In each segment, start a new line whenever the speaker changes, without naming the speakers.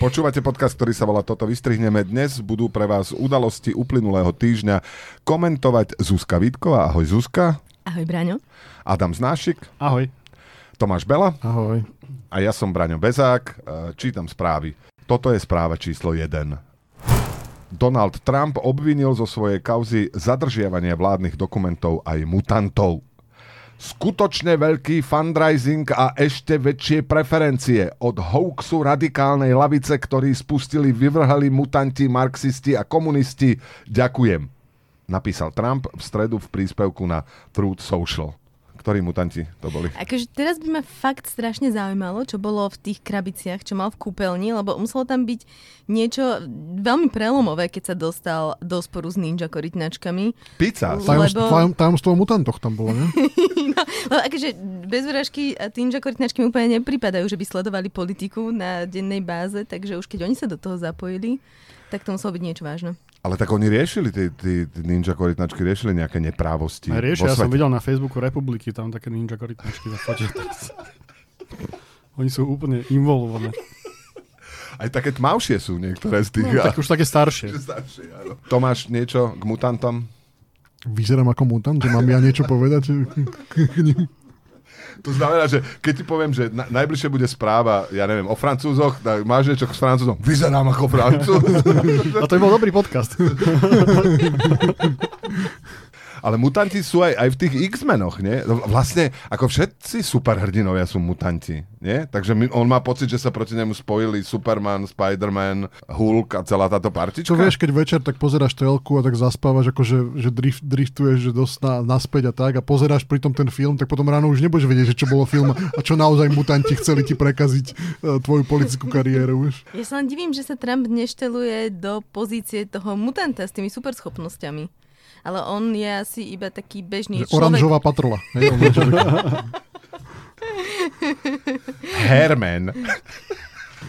Počúvate podcast, ktorý sa volá Toto vystrihneme. Dnes budú pre vás udalosti uplynulého týždňa komentovať Zuzka Vítková. Ahoj Zuzka.
Ahoj, Braňo.
Adam Znášik,
Ahoj.
Tomáš Bela
Ahoj.
a ja som Braňo Bezák. E, Čítam správy. Toto je správa číslo 1. Donald Trump obvinil zo svojej kauzy zadržiavanie vládnych dokumentov aj mutantov. Skutočne veľký fundraising a ešte väčšie preferencie od hoaxu radikálnej lavice, ktorý spustili vyvrhali mutanti, marxisti a komunisti. Ďakujem. Napísal Trump v stredu v príspevku na Truth Social. Ktorí mutanti to boli?
Akože teraz by ma fakt strašne zaujímalo, čo bolo v tých krabiciach, čo mal v kúpeľni, lebo muselo tam byť niečo veľmi prelomové, keď sa dostal do sporu s ninja korytnačkami.
Pizza.
Tajomstvo,
Lebo-
tajom, tajomstvo o mutantoch tam bolo, ne?
Lebo akože bez vražky a ninja korytnačky mi úplne nepripadajú, že by sledovali politiku na dennej báze, takže už keď oni sa do toho zapojili, tak to muselo byť niečo vážne.
Ale tak oni riešili, tí, tí tí ninja korytnačky riešili nejaké neprávosti
Aj
vo
riešia, ja som
svete.
videl na Facebooku Republiky, tam také ninja korytnačky na fote. Oni sú úplne involvované.
Aj také tmavšie sú niektoré z tých. No,
No, tak už také staršie.
Staršie, áno. Tomáš, niečo k mutantom?
Vyzerám ako mutant, že mám ja niečo povedať.
To znamená, že keď ti poviem, že na, najbližšie bude správa, ja neviem, o francúzoch, tak máš niečo s francúzom? Vyzerám ako francúz.
A to by bol dobrý podcast.
Ale mutanti sú aj, aj v tých X-menoch, nie? Vlastne, ako všetci superhrdinovia sú mutanti, nie? Takže my, on má pocit, že sa proti nemu spojili Superman, Spider-Man, Hulk a celá táto partička.
Čo vieš, keď večer tak pozeráš telku a tak zaspávaš, akože že drift, driftuješ že dosť na, naspäť a tak a pozeráš pritom ten film, tak potom ráno už nebudeš vedieť, že čo bolo film a čo naozaj mutanti chceli ti prekaziť e, tvoju politickú kariéru. Vieš.
Ja sa len divím, že sa Trump nešteluje do pozície toho mutanta s tými superschopnosťami. Ale on je asi iba taký bežný
Že
človek.
oranžová patrola. Hej, on je človek,
Herman.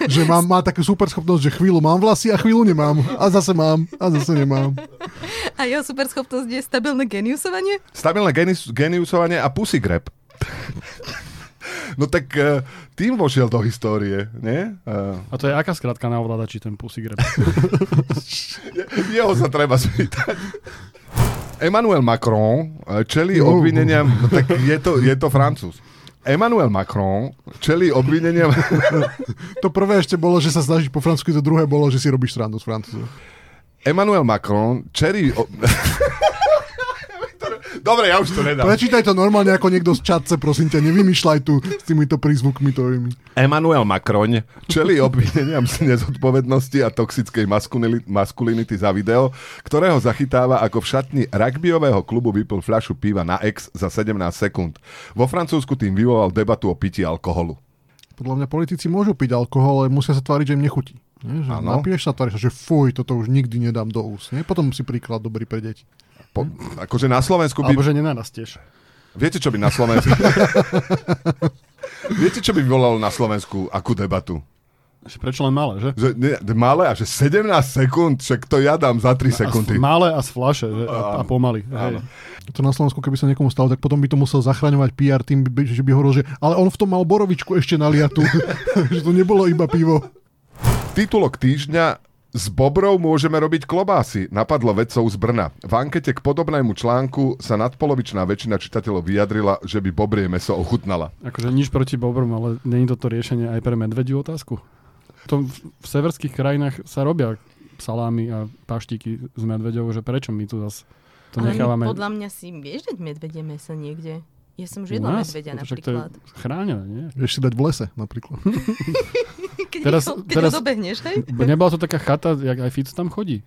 že má, má takú super schopnosť, že chvíľu mám vlasy a chvíľu nemám. A zase mám, a zase nemám.
A jeho superschopnosť je stabilné geniusovanie?
Stabilné genius, geniusovanie a pussy grab. No tak eh, tým vošiel do histórie, nie? Eh,
A to je aká skratka na ovládači ten Pussy Grab?
Je- Jeho sa treba spýtať. Emmanuel Macron eh, čelí
No.
obvineniam, no tak je to, je to Francúz. Emmanuel Macron čelí obvineniam,
To prvé ešte bolo, že sa snažíš po francúzsky, to druhé bolo, že si robíš srandu s francúzom.
Emmanuel Macron čelí... O... Dobre, ja už to nedám.
Prečítaj to normálne ako niekto z čatce, prosím ťa, nevymýšľaj tu s týmito prízvukmi tvojimi.
Emmanuel Macron čelí obvineniam z nezodpovednosti a toxickej maskulinity, maskulinity za video, ktorého zachytáva ako v šatni rugbyového klubu vypil fľašu piva na ex za 17 sekúnd. Vo Francúzsku tým vyvolal debatu o pití alkoholu.
Podľa mňa politici môžu piť alkohol, ale musia sa tváriť, že im nechutí. Nie, že
Áno.
napiješ sa, tváriš sa, že fuj, toto už nikdy nedám do úst. Nie? Potom si príklad dobrý pre deti.
Po, akože na Slovensku by...
Alebo že nenarastieš.
Viete, čo by na Slovensku... Viete, čo by volalo na Slovensku akú debatu?
Že Prečo len malé, že?
Že ne, malé a že 17 sekúnd, však to ja dám za 3
A s-
sekundy.
malé a z flaše že? A, a pomaly. Hej.
To na Slovensku, keby sa niekomu stalo, tak potom by to musel zachraňovať PR tým, by- že by hovoril, že ale on v tom mal borovičku ešte naliatu. že to nebolo iba pivo.
Titulok týždňa s Bobrov môžeme robiť klobásy, napadlo vedcov z Brna. V ankete k podobnému článku sa nadpolovičná väčšina čitateľov vyjadrila, že by bobrie meso ochutnala.
Akože nič proti bobrom, ale není toto riešenie aj pre medvediu otázku? To v, v severských krajinách sa robia salámy a paštiky s medveďou, že prečo my tu zase to
Ale
nechávame...
Podľa mňa si vieš dať medvedie meso niekde. Ja som už
u
jedla
nás?
medvedia
Však to je
napríklad.
chránené, nie?
Vieš si dať v lese napríklad.
Keď,
Teraz-
ho, keď
teraz-
ho dobehneš, hej?
Nebola to taká chata, jak aj Fico tam chodí.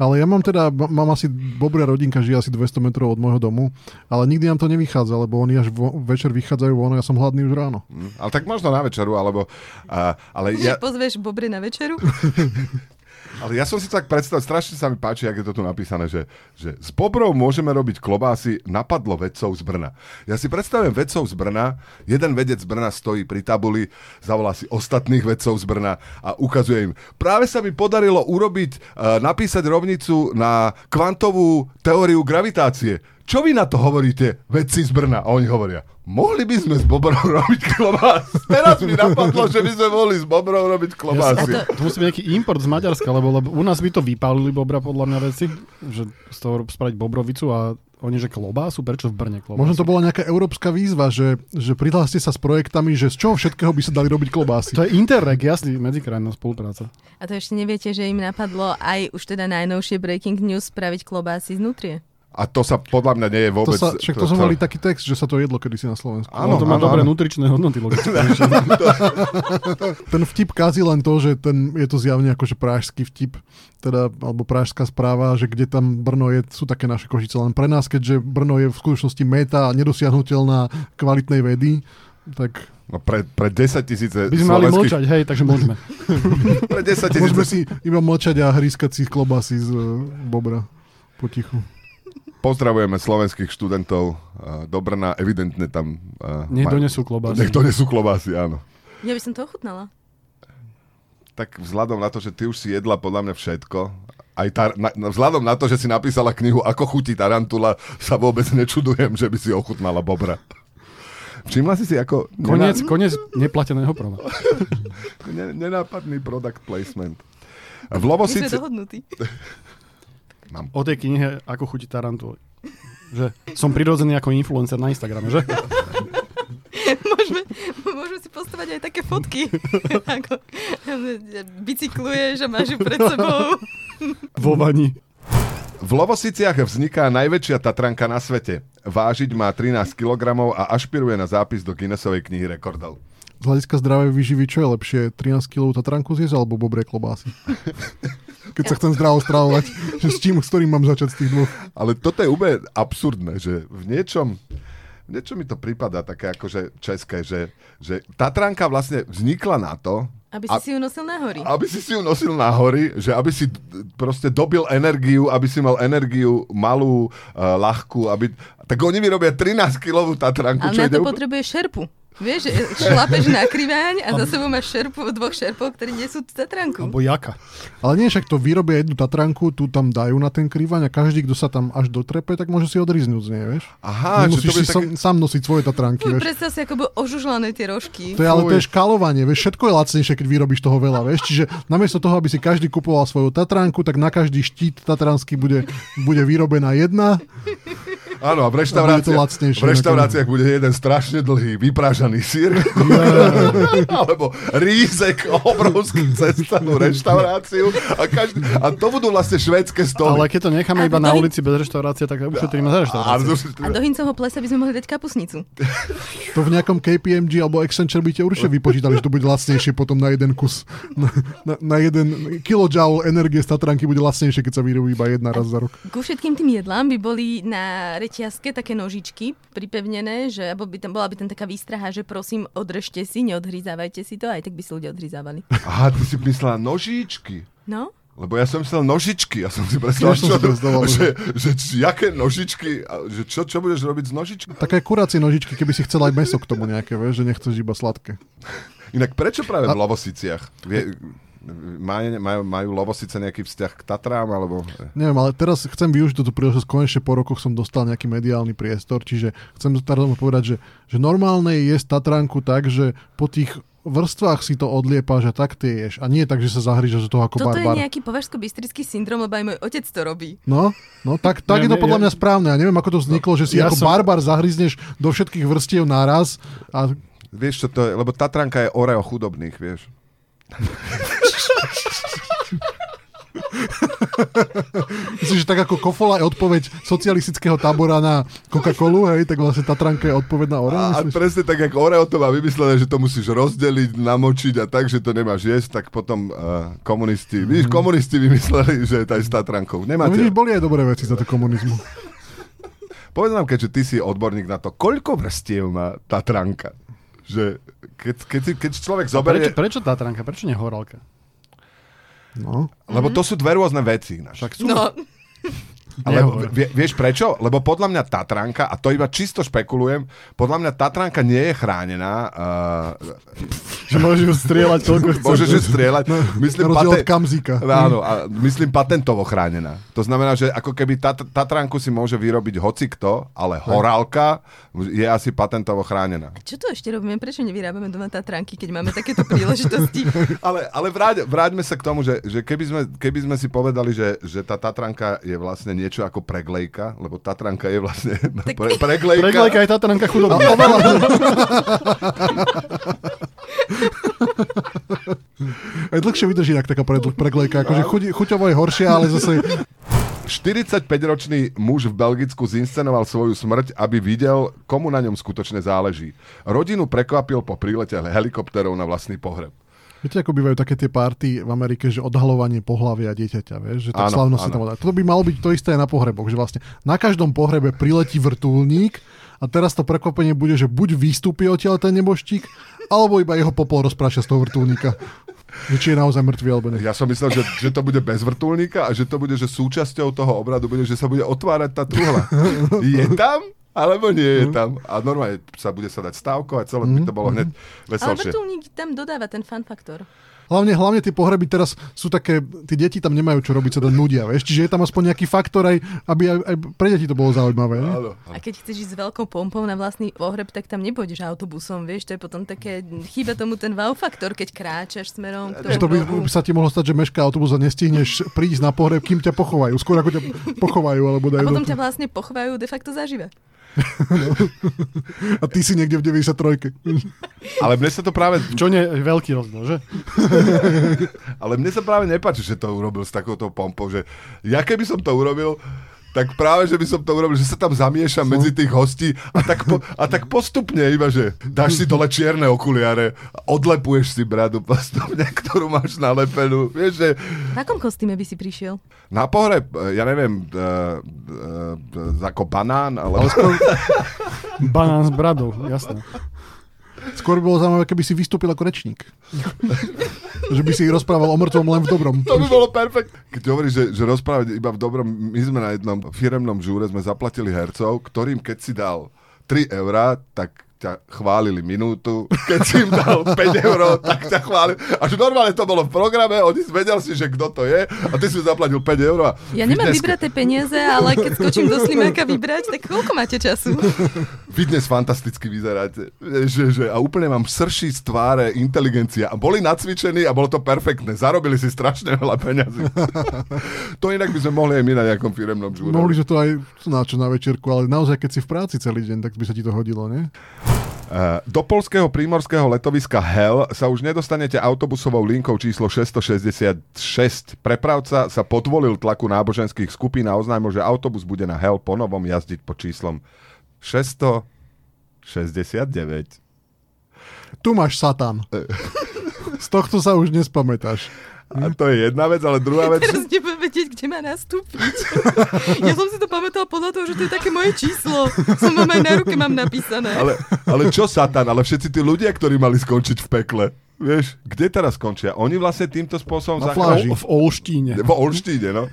Ale ja mám teda, ma- mám asi bobrá rodinka, žije asi 200 metrov od môjho domu, ale nikdy nám to nevychádza, lebo oni až vo, večer vychádzajú von a ja som hladný už ráno.
Hm? Ale tak možno na večeru, alebo... A, ale
Ja...
ja,
Pozveš bobre na večeru?
Ale ja som si tak predstavil, strašne sa mi páči, ak je to tu napísané, že, že s Bobrov môžeme robiť klobásy, napadlo vedcov z Brna. Ja si predstavujem vedcov z Brna, jeden vedec z Brna stojí pri tabuli, zavolá si ostatných vedcov z Brna a ukazuje im, práve sa mi e, podarilo urobiť, eh, napísať rovnicu na kvantovú teóriu gravitácie. čo vy na to hovoríte, vedci z Brna? A oni hovoria, mohli by sme s Bobrom robiť klobás. Teraz mi napadlo, že by sme mohli s Bobrom robiť klobásy.
Ja si- to musí byť nejaký import z Maďarska, lebo, lebo u nás by to vypálili bobra podľa mňa veci, že z toho spraviť bobrovicu a oni, že klobásu, prečo v Brne klobásu?
Možno to bola nejaká európska výzva, že, že prihláste sa s projektami, že z čoho všetkého by sa dali robiť klobásy.
To je Interreg, jasný, medzikrajná spolupráca.
A to ešte neviete, že im napadlo aj už teda najnovšie breaking news spraviť klobásy znutrie.
A to sa podľa mňa nie je
To
vôbec...
sa, však to sme mali taký text, že sa to jedlo kedysi na Slovensku.
Áno,
Ono to má
áno,
dobré
áno.
nutričné hodnoty, logicky.
Ten vtip kazí len to, že ten, je to zjavne akože prážský vtip, teda, alebo prážská správa, že kde tam Brno je, sú také naše košice len pre nás, keďže Brno je v skutočnosti meta nedosiahnutelná kvalitnej vedy, tak
No pre, pre 10 tisíce
By sme mali
slovenských...
mlčať, hej, takže môžeme.
Pre 10 tisíce...
môžeme si iba mlčať a hrískať si klobasy z e, bobra potichu.
Pozdravujeme slovenských študentov eh, do Brna. Evidentne tam... eh,
Nech
majú-
donesú klobásy.
Nech donesú klobásy, áno.
Ja by som to ochutnala.
Tak vzhľadom na to, že ty už si jedla podľa mňa všetko, aj tá, na, na- vzhľadom na to, že si napísala knihu Ako chutí tarantula, sa vôbec nečudujem, že by si ochutnala bobra. Všimla si si ako
Koniec, koniec neplateného promo.
nená, ne, nenápadný product placement. V Lovosici...
My sme dohodnutí.
O tej knihe Ako chutí tarantul. Že som prirodzený ako influencer na Instagrame, že?
Môžeme, môžeme si postovať aj také fotky. Ako bicykluješ a máš ju pred sebou.
Vo vani.
V Lovosiciach vzniká najväčšia Tatranka na svete. Vážiť má 13 kg a ašpiruje na zápis do Guinnessovej knihy rekordov.
Z hľadiska zdravej výživy, čo je lepšie? 13 kg tatranku zjesť alebo bobré klobásy? Keď sa chcem zdravo stravovať, že s čím, s ktorým mám začať z tých dvoch?
Ale toto je úplne absurdné, že v niečom, v niečom mi to prípada také akože české, že, že Tatranka vlastne vznikla na to,
Aby si
A-
si ju nosil na hory.
aby si si ju nosil na hory, že aby si d- proste dobil energiu, aby si mal energiu malú, uh, ľahkú, aby... Tak oni vyrobia 13-kilovú Tatranku,
Ale
čo
na
ide
to
úplne...
potrebuješ šerpu. Vieš, že šlapeš na kriváň a za sebou máš šerpu, dvoch šerpov, ktorí nesú
Alebo
tatranku.
jaka.
Ale nie, však to vyrobia jednu tatranku, tu tam dajú na ten krývaň a každý, kto sa tam až dotrepe, tak môže si odriznúť z nej, vieš?
Aha, že to
Nemusíš
bude
si
také...
som, sám nosiť svoje tatranky,
Fuj,
vieš?
predstav si, ako bol ožužlané tie rožky.
To je ale to je
Fuj.
škálovanie, vieš, všetko je lacnejšie, keď vyrobíš toho veľa, vieš. Čiže namiesto toho, aby si každý kupoval svoju Tatranku, tak na každý štít Tatranský bude, bude vyrobená jedna.
Áno, a v
A bude to
reštauráciách,
lacnejšie
v reštauráciách bude jeden strašne dlhý vyprážaný sír. Alebo rízek obrovský cez celú reštauráciu. A, každý, a to budú vlastne švédske
Ale
stoly.
keď to necháme
A
iba
to
na
je-
ulici bez reštaurácie, tak ušetríme za
A,
reštauráciu.
A do hincovho plesa by sme mohli dať kapusnicu.
To v nejakom KPMG alebo Accenture by te určite vypočítali, že to bude lacnejšie potom na jeden kus. Na, na, na jeden kilojoule energie z Tatranky bude lacnejšie, keď sa vyrobí iba jedna raz za rok.
Ku všetkým tým jedlám by boli na reťazke také nožičky pripevnené, že alebo by tam, bola by tam taká výstraha, že prosím, odrežte si, neodhryzávajte si to, aj tak by si ľudia odhryzávali.
Aha, ty si myslela nožičky.
No?
Lebo ja som myslel nožičky, ja som si predstavoval,
Tiež som
čo,
si predstavoval,
že, že, že jaké nožičky, a že čo, čo budeš robiť s nožičkou.
Také kurácie nožičky, keby si chcel aj meso k tomu nejaké, vieš, že nechceš iba sladké.
Inak prečo práve v Lovosiciach? Vie, maj, majú, majú Lovosice nejaký vzťah k Tatrám, alebo...
Neviem, ale teraz chcem využiť túto príležitosť. Konečne po rokoch som dostal nejaký mediálny priestor, čiže chcem teraz vám povedať, že, že normálne je jesť Tatranku tak, že po tých vrstvách si to odliepáš a tak tie ješ. A nie tak, že sa zahryžaš do toho ako
Toto
barbar.
je nejaký považsko-bystrický syndrom, lebo aj môj otec to robí.
No, no tak, tak
Ja
je to
ne-
podľa
ja-
mňa správne. Ja neviem, ako to vzniklo, že si
Ja
ako
som-
barbar zahryzneš do všetkých vrstiev naraz. A
Vieš, čo to je? Lebo Tatranka je oreo chudobných, vieš.
myslím, že tak ako kofola je odpoveď socialistického tábora na Coca-Colu, hej, tak vlastne Tatranka je odpoveď na Oreo.
A, a
myslíš?
presne tak, ako Oreo to má vymyslené, že to musíš rozdeliť, namočiť a tak, že to nemáš jesť, tak potom uh, komunisti, vidíš, komunisti vymysleli, že je to aj s Tatrankou.
No vidíš,
Nemáte.
boli aj dobré veci za to komunizmu.
Povedz nám, keďže ty si odborník na to, koľko vrstiev má Tatranka? Že keď, keď, si, keď človek zoberie...
Prečo, prečo Tatranka? Prečo nie Horálka?
No.
Lebo to sú dve rôzne veci. Ináč.
Však sú.
No,
Ale
Nehovor.
vie, vieš prečo? Lebo podľa mňa Tatranka, a to iba čisto špekulujem, podľa mňa Tatranka nie je chránená. eh,
Že môžeš ju strieľať toľko
Uh,
chceš.
môžeš
no.
ju strieľať.
Na
Myslím,
rozdiel od
patent,
Kamzika.
áno, a myslím patentovo chránená. To znamená, že ako keby tat, Tatranku si môže vyrobiť hocikto, ale horálka je asi patentovo chránená.
Čo to ešte robíme? Prečo nevyrábame doma Tatranky, keď máme takéto príležitosti?
Ale, ale vráť, vráťme sa k tomu, že, že keby, sme, keby sme si povedali, že, že tá Tatranka je vlastne niečo ako preglejka, lebo Tatranka je vlastne pre, preglejka.
Preglejka aj Tatranka chudoba.
Aj dlhšie vydrží inak taká predl- preglejka.
No.
Akože chuť, chuťovo je horšia, ale zase...
45-ročný muž v Belgicku zinscenoval svoju smrť, aby videl, komu na ňom skutočne záleží. Rodinu prekvapil po prílete helikopterov na vlastný pohreb.
Viete, ako bývajú také tie party v Amerike, že odhalovanie pohlavia dieťaťa, vieš, že tak
Áno,
slavno sa
áno.
tam odhalí. Toto by malo byť to isté aj na pohreboch, že vlastne na každom pohrebe priletí vrtulník a teraz to prekvapenie bude, že buď vystúpi odtiaľ ten neboštík, alebo iba jeho popol rozprášia z toho vrtulníka. Že či je naozaj mŕtvý alebo nie.
Ja som myslel, že, že to bude bez vrtulníka a že to bude, že súčasťou toho obradu bude, že sa bude otvárať tá truhla. Je tam? Alebo nie je tam. A normálne sa bude sa dať stávkovať, celé by to bolo hneď
Ale
veselšie.
vrtulník tam dodáva ten fan faktor.
Hlavne, hlavne tie pohreby teraz sú také, tie deti tam nemajú čo robiť, sa tam nudia, vieš. Čiže je tam aspoň nejaký faktor, aj, aby aj, aj pre deti to bolo zaujímavé. Ne?
Áno.
A keď chceš ísť s veľkou pompou na vlastný pohreb, tak tam nepôjdeš autobusom, vieš, to je potom také, chýba tomu ten wow faktor, keď kráčaš smerom k tomu
Že to by
rohu.
sa ti mohlo stať, že mešká autobus a nestihneš prísť na pohreb, kým ťa pochovajú. Skôr ako ťa pochovajú, alebo
A
dajú
potom
do...
ťa vlastne pochvajú de facto zaživa.
a ty si niekde v 93.
Ale mne sa to práve
Čo nie je veľký rozdiel, že?
Ale mne sa práve nepáči, že to urobil s takouto pompou, že ja keby som to urobil, tak práve, že by som to urobil, že sa tam zamiešam medzi tých hostí a tak, po, a tak postupne iba, že dáš si dole čierne okuliare, odlepuješ si bradu postupne, ktorú máš nalepenú. Vieš, že
V akom kostýme by si prišiel?
na pohreb, e, ja neviem, e, e, e, ako banán, alebo...
Banán s bradou, jasné.
Skôr by bolo zaujímavé, keby si vystúpil ako rečník. že by si rozprával o mŕtvom len v dobrom.
To by bolo perfekt. Keď hovoríš, že, že rozprávať iba v dobrom, my sme na jednom firemnom žúre, sme zaplatili hercov, ktorým keď si dal 3 eurá, tak ťa chválili minútu, keď si im dal 5 eur, tak ťa chválili. Až normálne to bolo v programe, oni vedel si, že kto to je a ty si zaplatil 5 eur. a
Ja nemám
vydnes-
vybraté peniaze, ale keď skočím do slimáka vybrať, tak koľko máte času?
Vy dnes fantasticky vyzeráte. Že, že, a úplne vám srší z tváre inteligencia. A boli nacvičení a bolo to perfektné. Zarobili si strašne veľa peňazí. to inak by sme mohli aj my na nejakom firemnom žúre.
Mohli sme to aj na čo na večierku, ale naozaj, keď si v práci celý deň, tak by sa ti to hodilo, nie?
Eh, Do polského prímorského letoviska Hell sa už nedostanete autobusovou linkou číslo 666. Prepravca sa podvolil tlaku náboženských skupín a oznámil, že autobus bude na Hell ponovom jazdiť pod číslom 669.
Tu máš satán. Z tohto sa už nespamätáš.
A to je jedna vec, ale druhá vec...
Teraz nebudem vedieť, kde má nastúpiť. Ja som si to pamätal podľa toho, že to je také moje číslo. Som vám aj na ruke mám napísané.
Ale, ale čo Satan? Ale všetci tí ľudia, ktorí mali skončiť v pekle. Vieš, kde teraz skončia? Oni vlastne týmto spôsobom...
Na
zachránili-
pláži.
V Olštíne.
Vo Olštíne, no.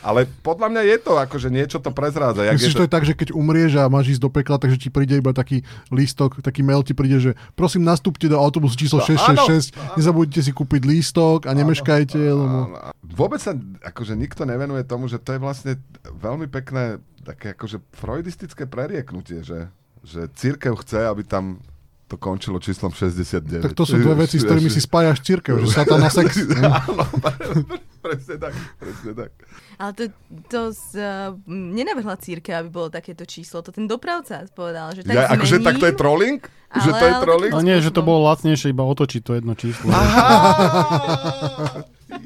Ale podľa mňa je to, akože niečo to prezrádza. jak je
Myslíš,
to-
to je tak, že keď umrieš a máš ísť do pekla, takže ti príde iba taký lístok, taký mail ti príde, že prosím nastúpte do autobusu číslo
No,
666, nezabudnite si kúpiť lístok a nemeškajte, lebo...
Áno. Vôbec sa akože nikto nevenuje tomu, že to je vlastne veľmi pekné také akože freudistické prerieknutie, že, že církev chce, aby tam to končilo číslom 69.
Tak to sú dve veci, s ktorými si spájaš církev, že satán a sex.
Áno, presne tak, presne tak.
Ale to, to z, uh, nenavrhla círke, aby bolo takéto číslo. To ten dopravca povedal, že tak
Ja,
ja,
akože tak to je trolling? že
Ale-
to je
ale
trolling?
Ale No nie, že to bolo lacnejšie iba otočiť to jedno číslo.
Á,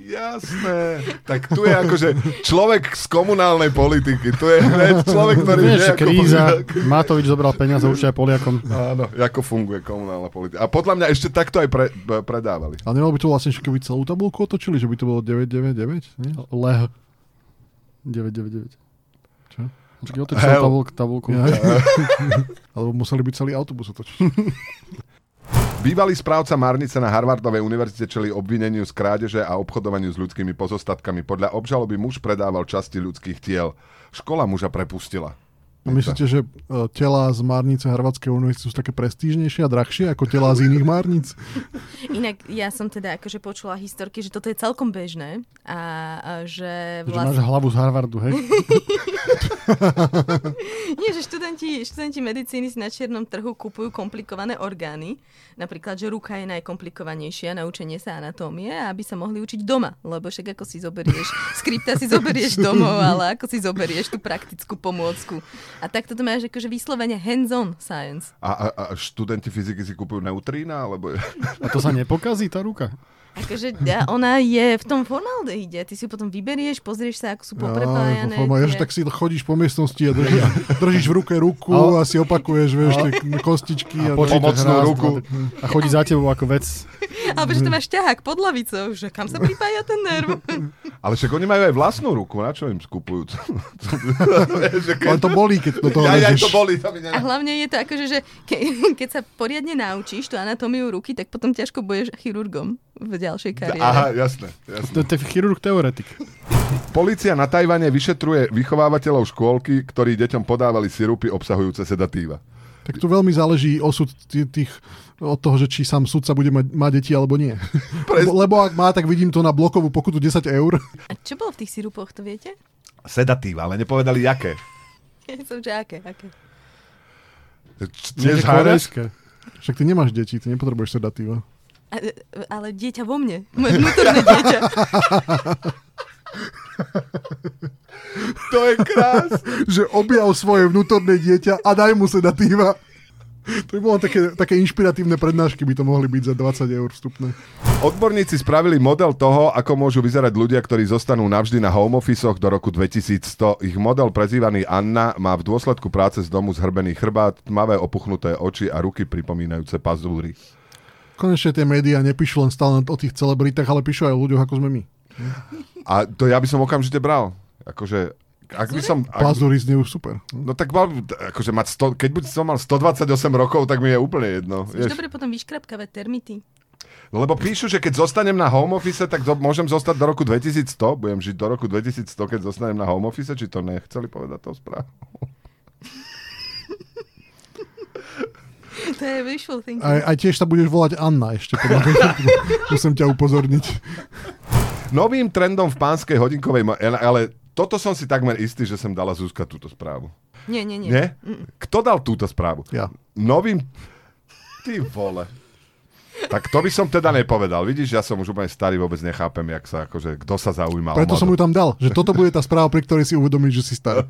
Jasné. Tak tu je akože človek z komunálnej politiky. Tu je hneď človek, ktorý vie,
Vieš,
ako-
kríza. Matovič zobral peniaze určite aj Poliakom.
Áno, No, ako funguje komunálna politika. A podľa mňa ešte takto aj pre, b- predávali.
Ale nemalo by to vlastne, že keby celú tabulku otočili, že by to bolo 999, nie?
Leh. 999.
Čo?
Počkaj, otočil
Hell.
tabulku, tabulku.
Ja. Alebo museli by celý autobus otočiť.
Bývalý správca Marnice na Harvardovej univerzite čeli obvineniu z krádeže a obchodovaniu s ľudskými pozostatkami. Podľa obžaloby muž predával časti ľudských tiel. Škola muža prepustila.
A myslíte, že e, tela z Márnice Harvardskej univerzity sú také prestížnejšie a drahšie ako tela z iných Márnic?
Inak ja som teda akože počula historky, že toto je celkom bežné a, a že
Že máš
vlastne...
hlavu z Harvardu, hej?
Nie, že študenti, študenti medicíny si na čiernom trhu kupujú komplikované orgány. Napríklad, že ruka je najkomplikovanejšia na učenie sa anatómie, aby sa mohli učiť doma. Lebo však ako si zoberieš, skripta si zoberieš domov, ale ako si zoberieš tú praktickú pomôcku. A takto to máš akože vyslovene hands-on science.
A, a, a študenti fyziky si kúpujú neutrína? Alebo...
A to sa nepokazí tá ruka?
Akože a ona je v tom formaldehide. Ty si ju potom vyberieš, pozrieš sa, ako sú poprepájané.
forma, ja, No, že
tie-
tak si chodíš po miestnosti a držíš, držíš v ruke ruku a si opakuješ, vieš, tie kostičky. A,
počítaš Pomocnú
raz,
ruku.
dva, tri. A chodí za tebou ako vec.
Alebo že to máš ťahák pod lavicou, že kam sa pripája ten nerv.
Ale však oni majú aj vlastnú ruku, na čo im skupujú?
ale to bolí, keď do toho
ja, ja,
ležíš.
to boli, to mi ne...
A hlavne je to akože, že ke, keď sa poriadne naučíš tú anatómiu ruky, tak potom ťažko budeš chirurgom v ďalšej kariére.
Aha, jasné, jasné.
To to je chirurg teoretik.
Polícia na Tajvane vyšetruje vychovávateľov škôlky, ktorí deťom podávali sirupy obsahujúce sedatíva.
Tak tu veľmi záleží osud t- tých od toho, že či sám sudca bude mať, mať deti alebo nie.
Prez-
Lebo, lebo ak má, tak vidím to na blokovú pokutu 10 eur.
A čo bolo v tých sirupoch, to viete?
Sedatíva, ale nepovedali jaké.
Ja som, že aké, aké.
Č- tiež
Nie, že
háraš?
korejské.
Však ty nemáš deti, ty nepotrebuješ sedatíva.
A, ale dieťa vo mne, moje vnútorné dieťa.
To je krásne.
Že objav svoje vnútorné dieťa a daj mu sedatíva. To by bolo také, také inšpiratívne prednášky, by to mohli byť za 20 eur vstupné.
Odborníci spravili model toho, ako môžu vyzerať ľudia, ktorí zostanú navždy na home officeoch do roku 2100. Ich model prezývaný Anna má v dôsledku práce z domu zhrbený chrbát, tmavé opuchnuté oči a ruky pripomínajúce pazúry.
Konečne tie médiá nepíšu len stále o tých celebritách, ale píšu aj o ľuďoch, ako sme my.
A to ja by som okamžite bral. Akože, ak by som... Ak,
Pazúry znejú super.
no tak mal, akože mať 100, keď by som mal 128 rokov, tak mi je úplne jedno.
Už
Vieš.
dobre potom vyškrapkávať termity.
No, Lebo píšu, že keď zostanem na home office, tak do, môžem zostať do roku 2100. Budem žiť do roku 2100, keď zostanem na home office. Či to nechceli povedať tou správou?
To je visual thinking.
Aj, aj tiež sa budeš volať Anna ešte. Podľa mňa. Musím ťa upozorniť.
Novým trendom v pánskej hodinkovej... mo- Ale toto som si takmer istý, že som dala Zuzka túto správu.
Nie, nie, nie.
Nie? Kto dal túto správu?
Ja.
Novým... Ty vole. Tak to by som teda nepovedal. Vidíš, ja som už úplne starý, vôbec nechápem, jak sa, akože, kto sa zaujíma. o
Preto som
modu.
ju tam dal, že toto bude tá správa, pri ktorej si uvedomíš, že si starý.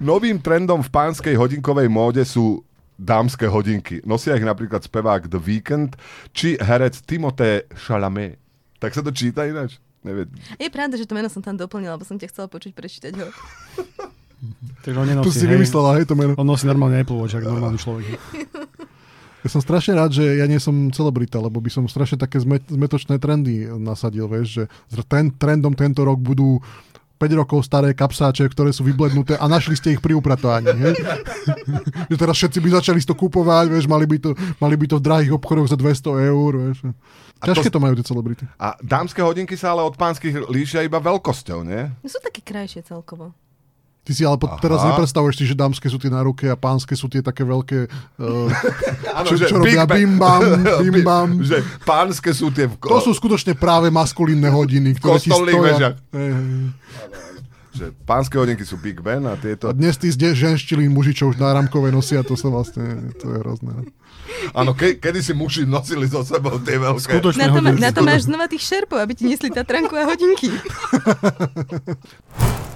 Novým trendom v pánskej hodinkovej móde sú dámske hodinky. Nosia ich napríklad spevák The Weeknd či herec Timothée Chalamet. Tak sa to číta ináč? Neviem.
Je pravda, že to meno som tam doplnila, lebo som ťa chcela počuť prečítať ho.
Takže on
Tu
nenosí,
si
No hej.
vymyslela, hej, to meno.
On nosí normálne Apple Watch, ako normálny človek.
Ja som strašne rád, že ja nie som celebrita, lebo by som strašne také zme- zmetočné trendy nasadil, vieš, že zr- ten, trendom tento rok budú 5 rokov staré kapsáče, ktoré sú vyblednuté a našli ste ich pri upratováni. Hej? že teraz všetci by začali si to kupovať, vieš, mali by to, mali by to v drahých obchodoch za 200 eur. Vieš. Ťažké to... majú tie celebrity.
A dámske hodinky sa ale od pánskych líšia iba veľkosťou, nie?
No sú také krajšie celkovo.
Ty si ale po, teraz
Aha.
nepredstavuješ si, že dámske sú tie na ruke a pánske sú tie také veľké... Uh,
Áno,
čo, čo robia bim bam, bim bam.
že pánske sú tie... v
To sú skutočne práve maskulínne hodiny, ktoré ti
Kostolných väžach.
stoja. Hej, hej.
Že pánske hodinky sú Big Ben a tieto...
A dnes tí zde ženštili muži, čo už na rámkové nosia, to sa vlastne, to je hrozné.
Áno, ke, kedy si muži nosili so sebou tie veľké...
Na
Skutočne
to, ma,
hodinky.
na to máš znova tých šerpov, aby ti nesli Tatranku a hodinky.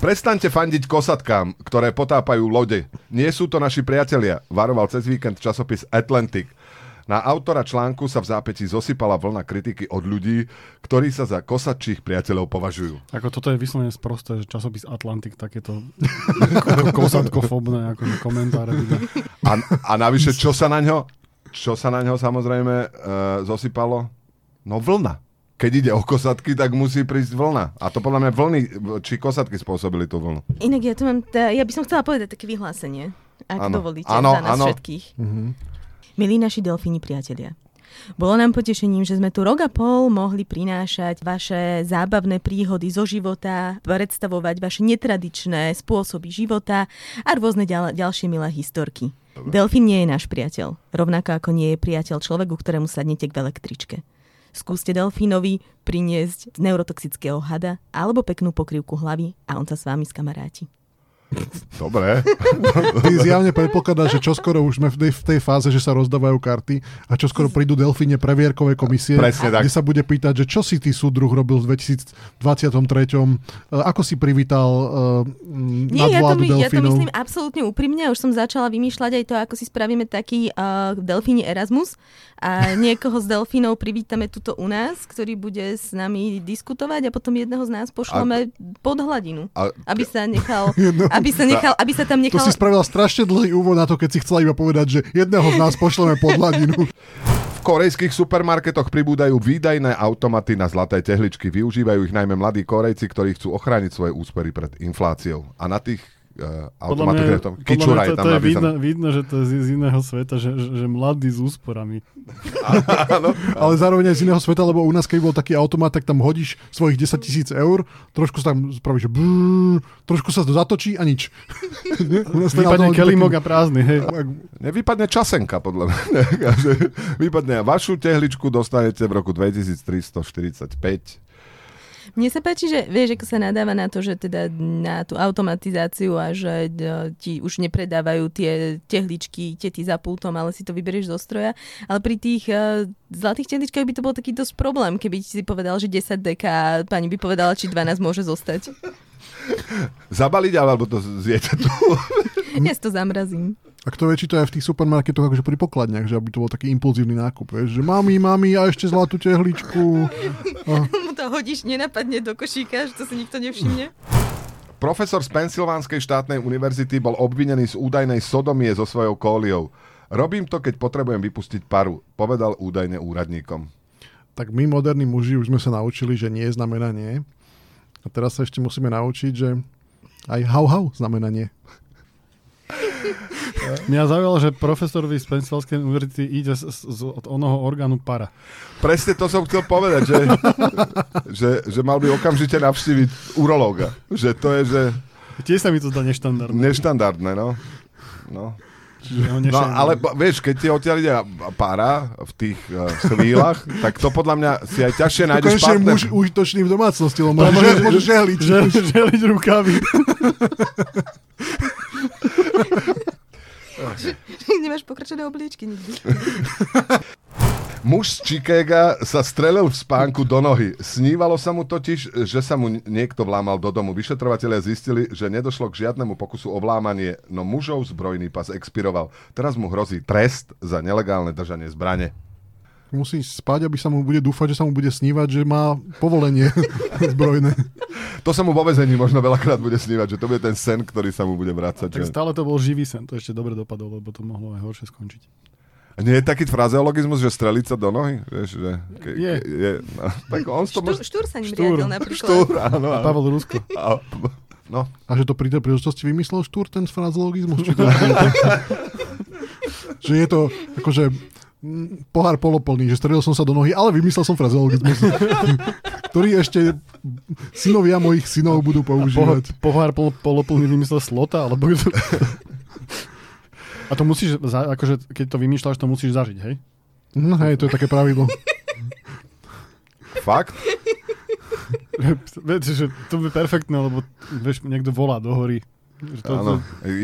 Prestaňte fandiť kosatkám, ktoré potápajú lode. Nie sú to naši priatelia, varoval cez víkend časopis Atlantic. Na autora článku sa v zápäti zosypala vlna kritiky od ľudí, ktorí sa za kosačích priateľov považujú.
Ako toto je vyslovene sprosté, že časopis Atlantik takéto ko- kosatkofobné akože komentáre. vydá.
A, a navyše, čo sa na ňo, čo sa na ňo samozrejme e, zosypalo? No vlna. Keď ide o kosatky, tak musí prísť vlna. A to podľa mňa vlny v- či kosatky spôsobili tú vlnu.
Inak ja tu mám, tá, ja by som chcela povedať také vyhlásenie, ak
Áno.
dovolíte,
Áno, Mhm.
za nás
áno.
všetkých. Milí naši delfíni priatelia, bolo nám potešením, že sme tu rok a pol mohli prinášať vaše zábavné príhody zo života, predstavovať vaše netradičné spôsoby života a rôzne ďal- ďalšie milé historky. Delfín nie je náš priateľ, rovnako ako nie je priateľ človeku, ktorému sadnete k električke. Skúste delfínovi priniesť neurotoxického hada alebo peknú pokrývku hlavy a on sa s vami skamaráti.
Dobre.
Ty zjavne predpokladáš, že čoskoro už sme v tej, v tej fáze, že sa rozdávajú karty a čoskoro prídu delfíne previerkové komisie,
Presne tak.
kde sa bude pýtať, že čo si ty súdruh robil v 2023, e, ako si privítal uh,
Nie, ja to,
nadvládu
my, ja to
delfínov.
myslím absolútne úprimne. Už som začala vymýšľať aj to, ako si spravíme taký uh, delfíni Erasmus a niekoho z delfínov privítame tuto u nás, ktorý bude s nami diskutovať a potom jedného z nás pošleme pod hladinu,
A
aby sa nechal,
Jedno-
aby sa, nechal, aby sa tam
To
nechal...
si spravila strašne dlhý úvod na to, keď si chcela iba povedať, že jedného z nás pošleme pod hladinu.
v korejských supermarketoch pribúdajú výdajné automaty na zlaté tehličky. Využívajú ich najmä mladí Korejci, ktorí chcú ochrániť svoje úspery pred infláciou. A na tých uh, automatoch je to...
podľa
Kičura
mňa
je
to,
tam
to je
napísané.
vidno, vidno, že to je z, z iného sveta, že, že, že mladý s úsporami.
Ale zároveň aj z iného sveta, lebo u nás, keď bol taký automat, tak tam hodíš svojich 10 tisíc eur, trošku sa tam spravíš, že brrr, trošku sa to zatočí a nič. u
No,
nás ten
Vypadne
automat je
kelimok a prázdny, hej.
Nevypadne časenka, podľa mňa. Vypadne vašu tehličku, dostanete v roku 2345.
Mne sa páči, že vieš, ako sa nadáva na to, že teda na tú automatizáciu a že e, ti už nepredávajú tie tehličky, tety za pultom, ale si to vyberieš zo stroja. Ale pri tých e, zlatých tehličkách by to bol taký dosť problém, keby ti si povedal, že 10 deka a pani by povedala, či 12 môže zostať.
Zabaliť, alebo to zjete tu.
Ja si to zamrazím.
A kto vie, či to je v tých supermarketoch akože pri pokladniach, že aby to bol taký impulzívny nákup, vieš, že mami, mami, a ešte zlatú tehličku.
Mu to hodíš, nenapadne do košíka, že to si nikto nevšimne.
Profesor z Pensylvánskej štátnej univerzity bol obvinený z údajnej sodomie so svojou kóliou. Robím to, keď potrebujem vypustiť paru, povedal údajne úradníkom.
Tak my, moderní muži, už sme sa naučili, že nie znamená nie. A teraz sa ešte musíme naučiť, že aj hau hau znamená nie.
Mňa zaujalo, že profesorovi z Pensylvánskej univerzity ide z, z, od onoho orgánu para.
Presne to som chcel povedať, že, že, že mal by okamžite navštíviť urológa. Že to je že
Tiež sa mi to zdá neštandardné.
neštandardné, no. no.
Čiže
No
ho nešajnú.
ale b- vieš, keď ti odtiaľ ide para v tých uh, chvíľach, tak to podľa mňa si aj ťažšie
To
nájdeš
konečne
partner.
muž užitočný v domácnosti, lebo môže, môže žehliť.
Že, želiť rukami.
Nemáš pokračené obliečky nikdy.
Muž z Chicaga sa strelil v spánku do nohy. Snívalo sa mu totiž, že sa mu niekto vlámal do domu. Vyšetrovatelia zistili, že nedošlo k žiadnemu pokusu o vlámanie, no mužov zbrojný pas expiroval. Teraz mu hrozí trest za nelegálne držanie zbrane.
Musí spať, aby sa mu bude dúfať, že sa mu bude snívať, že má povolenie zbrojné.
To sa mu vo vezení možno veľakrát bude snívať, že to bude ten sen, ktorý sa mu bude vrácať. Že...
Tak stále to bol živý sen, to ešte dobre dopadlo, lebo to mohlo aj horšie skončiť.
Nie je taký frazeologizmus, že streliť sa do nohy? Vieš, že... Ke,
Je.
Ke, je. No, tak on to
Štúr,
môže...
štúr sa ním
Štúr.
riadil napríklad.
Štúr, áno. áno.
Pavel Rusko.
A- No,
A že to pri tej príležitosti vymyslel štúr ten frazeologizmus? Či to že je to akože mm, pohár poloplný, že strelil som sa do nohy, ale vymyslel som frazeologizmus, ktorý ešte synovia mojich synov budú
Poho-
používať.
pohár pol, poloplný vymyslel slota, alebo... kto- A to musíš, za, akože keď to vymýšľaš, to musíš zažiť, hej?
No hej, to je také pravidlo.
fakt?
Viete, že to by perfektné, lebo vieš, niekto volá do hory. Že to, to,
Áno.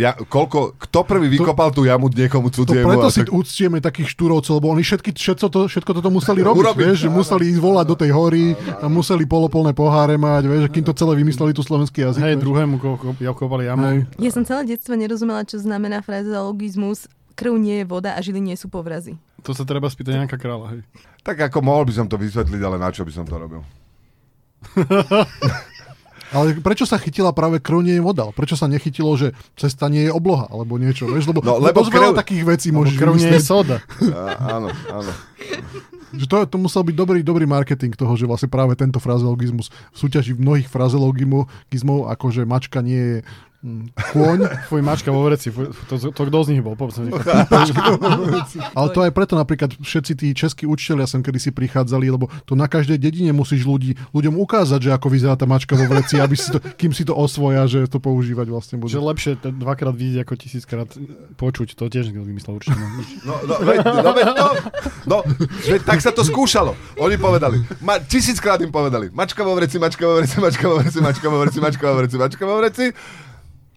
Ja, koľko, kto prvý vykopal tú jamu niekomu
To
cudziemu?
preto
a
si
tak-
uctieme takých štúrovcov, lebo oni všetky, všetko, to, všetko toto museli robiť,
Urobiť,
vieš, že
áno.
museli ísť volať do tej hory a museli polopolné poháre mať, vieš, že kým to celé vymysleli tu slovenský jazyk.
hej,
vieš.
druhému ko, ko, ja kopali jamu.
Hej.
Ja som celé detstvo nerozumela, čo znamená frazeologizmus krv nie je voda a žily nie sú povrazy.
To sa treba spýtať Janka Krála, hej.
Tak ako mohol by som to vysvetliť, ale na čo by som to robil?
Ale prečo sa chytila práve krv nie je voda? Prečo sa nechytilo, že cesta nie je obloha alebo niečo? Vieš? Lebo,
No, lebo
dosť veľa
krv-
takých vecí
Lebo
môžeš
Krv nie je
vymyslieť.
soda.
A, áno, áno.
Že to, to musel byť dobrý, dobrý marketing toho, že vlastne práve tento frazeologizmus v súťaži mnohých frazeologizmov akože mačka nie je Kôň,
Fuj, mačka vo vreci, fuj, to, to, kto z nich bol? Povedz mi.
ale to aj preto napríklad všetci tí českí učiteľia sem kedy si prichádzali, lebo to na každej dedine musíš ľudí, ľuďom ukázať, že ako vyzerá tá mačka vo vreci, aby si to, kým si to osvoja, že to používať vlastne budú.
Že lepšie t- dvakrát vidieť ako tisíckrát počuť, to tiež niekto vymyslel určite. no.
No, no, veď, no, veď, no, no, veď, tak sa to skúšalo. Oni povedali, ma, tisíckrát im povedali, mačka vo vreci, mačka vo vreci, mačka vo vreci, mačka vo vreci, mačka vo vreci, mačka vo vreci.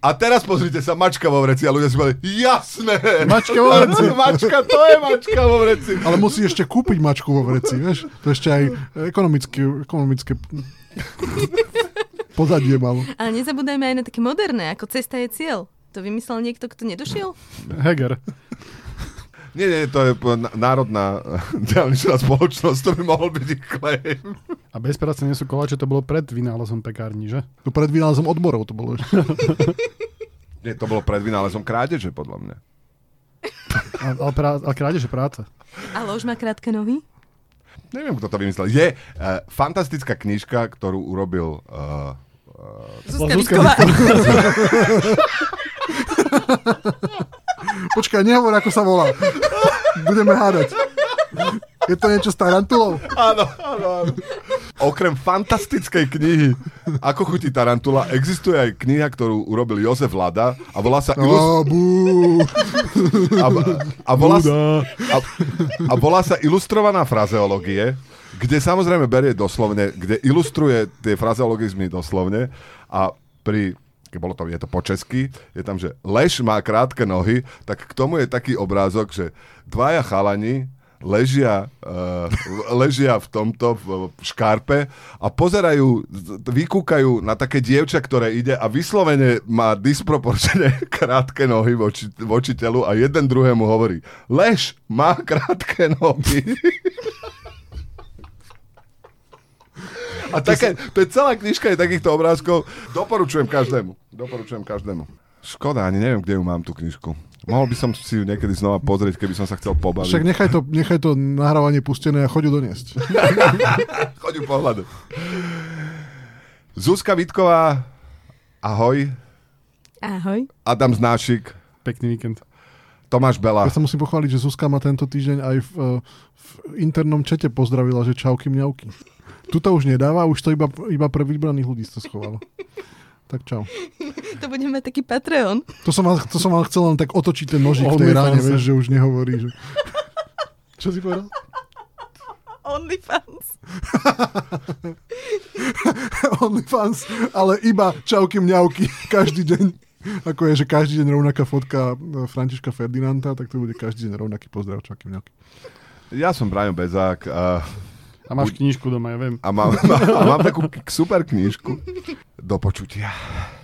A teraz pozrite sa, mačka vo vreci a ľudia si povedali, jasné,
Mačka vo vreci.
mačka, to je mačka vo vreci.
Ale musí ešte kúpiť mačku vo vreci, vieš? To ešte aj ekonomické, ekonomické pozadie malo.
Ale nezabúdajme aj na také moderné, ako cesta je cieľ. To vymyslel niekto, kto nedošiel?
Heger.
Nie, nie, to je p- n- národná eh, diaľničná spoločnosť, to by mohol byť ich claim.
A bez práce nie sú koláče, to bolo pred vynálezom pekárni, že?
To No pred vynálezom odborov to bolo ešte.
Nie, to bolo pred vynálezom krádeže, podľa mňa.
A, ale, prá, ale krádeže práca.
Ale už má krátke nohy?
Neviem, kto to vymyslel. Je uh, fantastická knižka, ktorú urobil uh,
Zuzka
Zuzka
Vítková.
Počkaj, nehovor, ako sa volá. Budeme hádať. Je to niečo s tarantulou?
Áno, áno, áno. Okrem fantastickej knihy Ako chutí tarantula existuje aj kniha, ktorú urobil Jozef Lada a volá sa Ilus-
Oh, bú.
a, a, volá,
Buda.
a, a volá sa Ilustrovaná frazeológie, kde samozrejme berie doslovne, kde ilustruje tie frazeologizmy doslovne a pri keď bolo to, je to po česky, je tam, že lež má krátke nohy, tak k tomu je taký obrázok, že dvaja chalani ležia, uh, ležia v tomto v v škarpe a pozerajú, z- vykúkajú na také dievča, ktoré ide a vyslovene má disproporčne krátke nohy voči, voči telu a jeden druhému hovorí, lež má krátke nohy. A také, to je celá knižka je takýchto obrázkov. Doporučujem každému. Doporučujem každému. Škoda, ani neviem, kde ju mám tú knižku. Mohol by som si ju niekedy znova pozrieť, keby som sa chcel pobaviť.
Však nechaj to, nechaj to nahrávanie pustené a choď ju doniesť.
Chodí pohľadu. Zuzka Vitková, ahoj.
Ahoj.
Adam Znášik,
Pekný víkend.
Tomáš Bela.
Ja sa musím pochváliť, že Zuzka ma tento týždeň aj v, eh, v internom čete pozdravila, že čauky mňauky. Tuto už nedáva, už to iba, iba pre vybraných ľudí to schovalo. Tak čau.
To budeme mať taký Patreon.
To som, vám, to som vám chcel len tak otočiť ten nožík v
Only
tej ráne,
fans.
vieš, že už nehovorí. Že... Čo si povedal?
OnlyFans.
OnlyFans, ale iba čauky mňauky každý deň. Ako je, že každý deň rovnaká fotka eh, Františka Ferdinanda, tak to bude každý deň rovnaký pozdrav čauky mňauky.
Ja som Braňo Bezák eh, a,
A máš knižku doma, ja viem.
a, mám, a mám takú k- super knižku. Do počutia.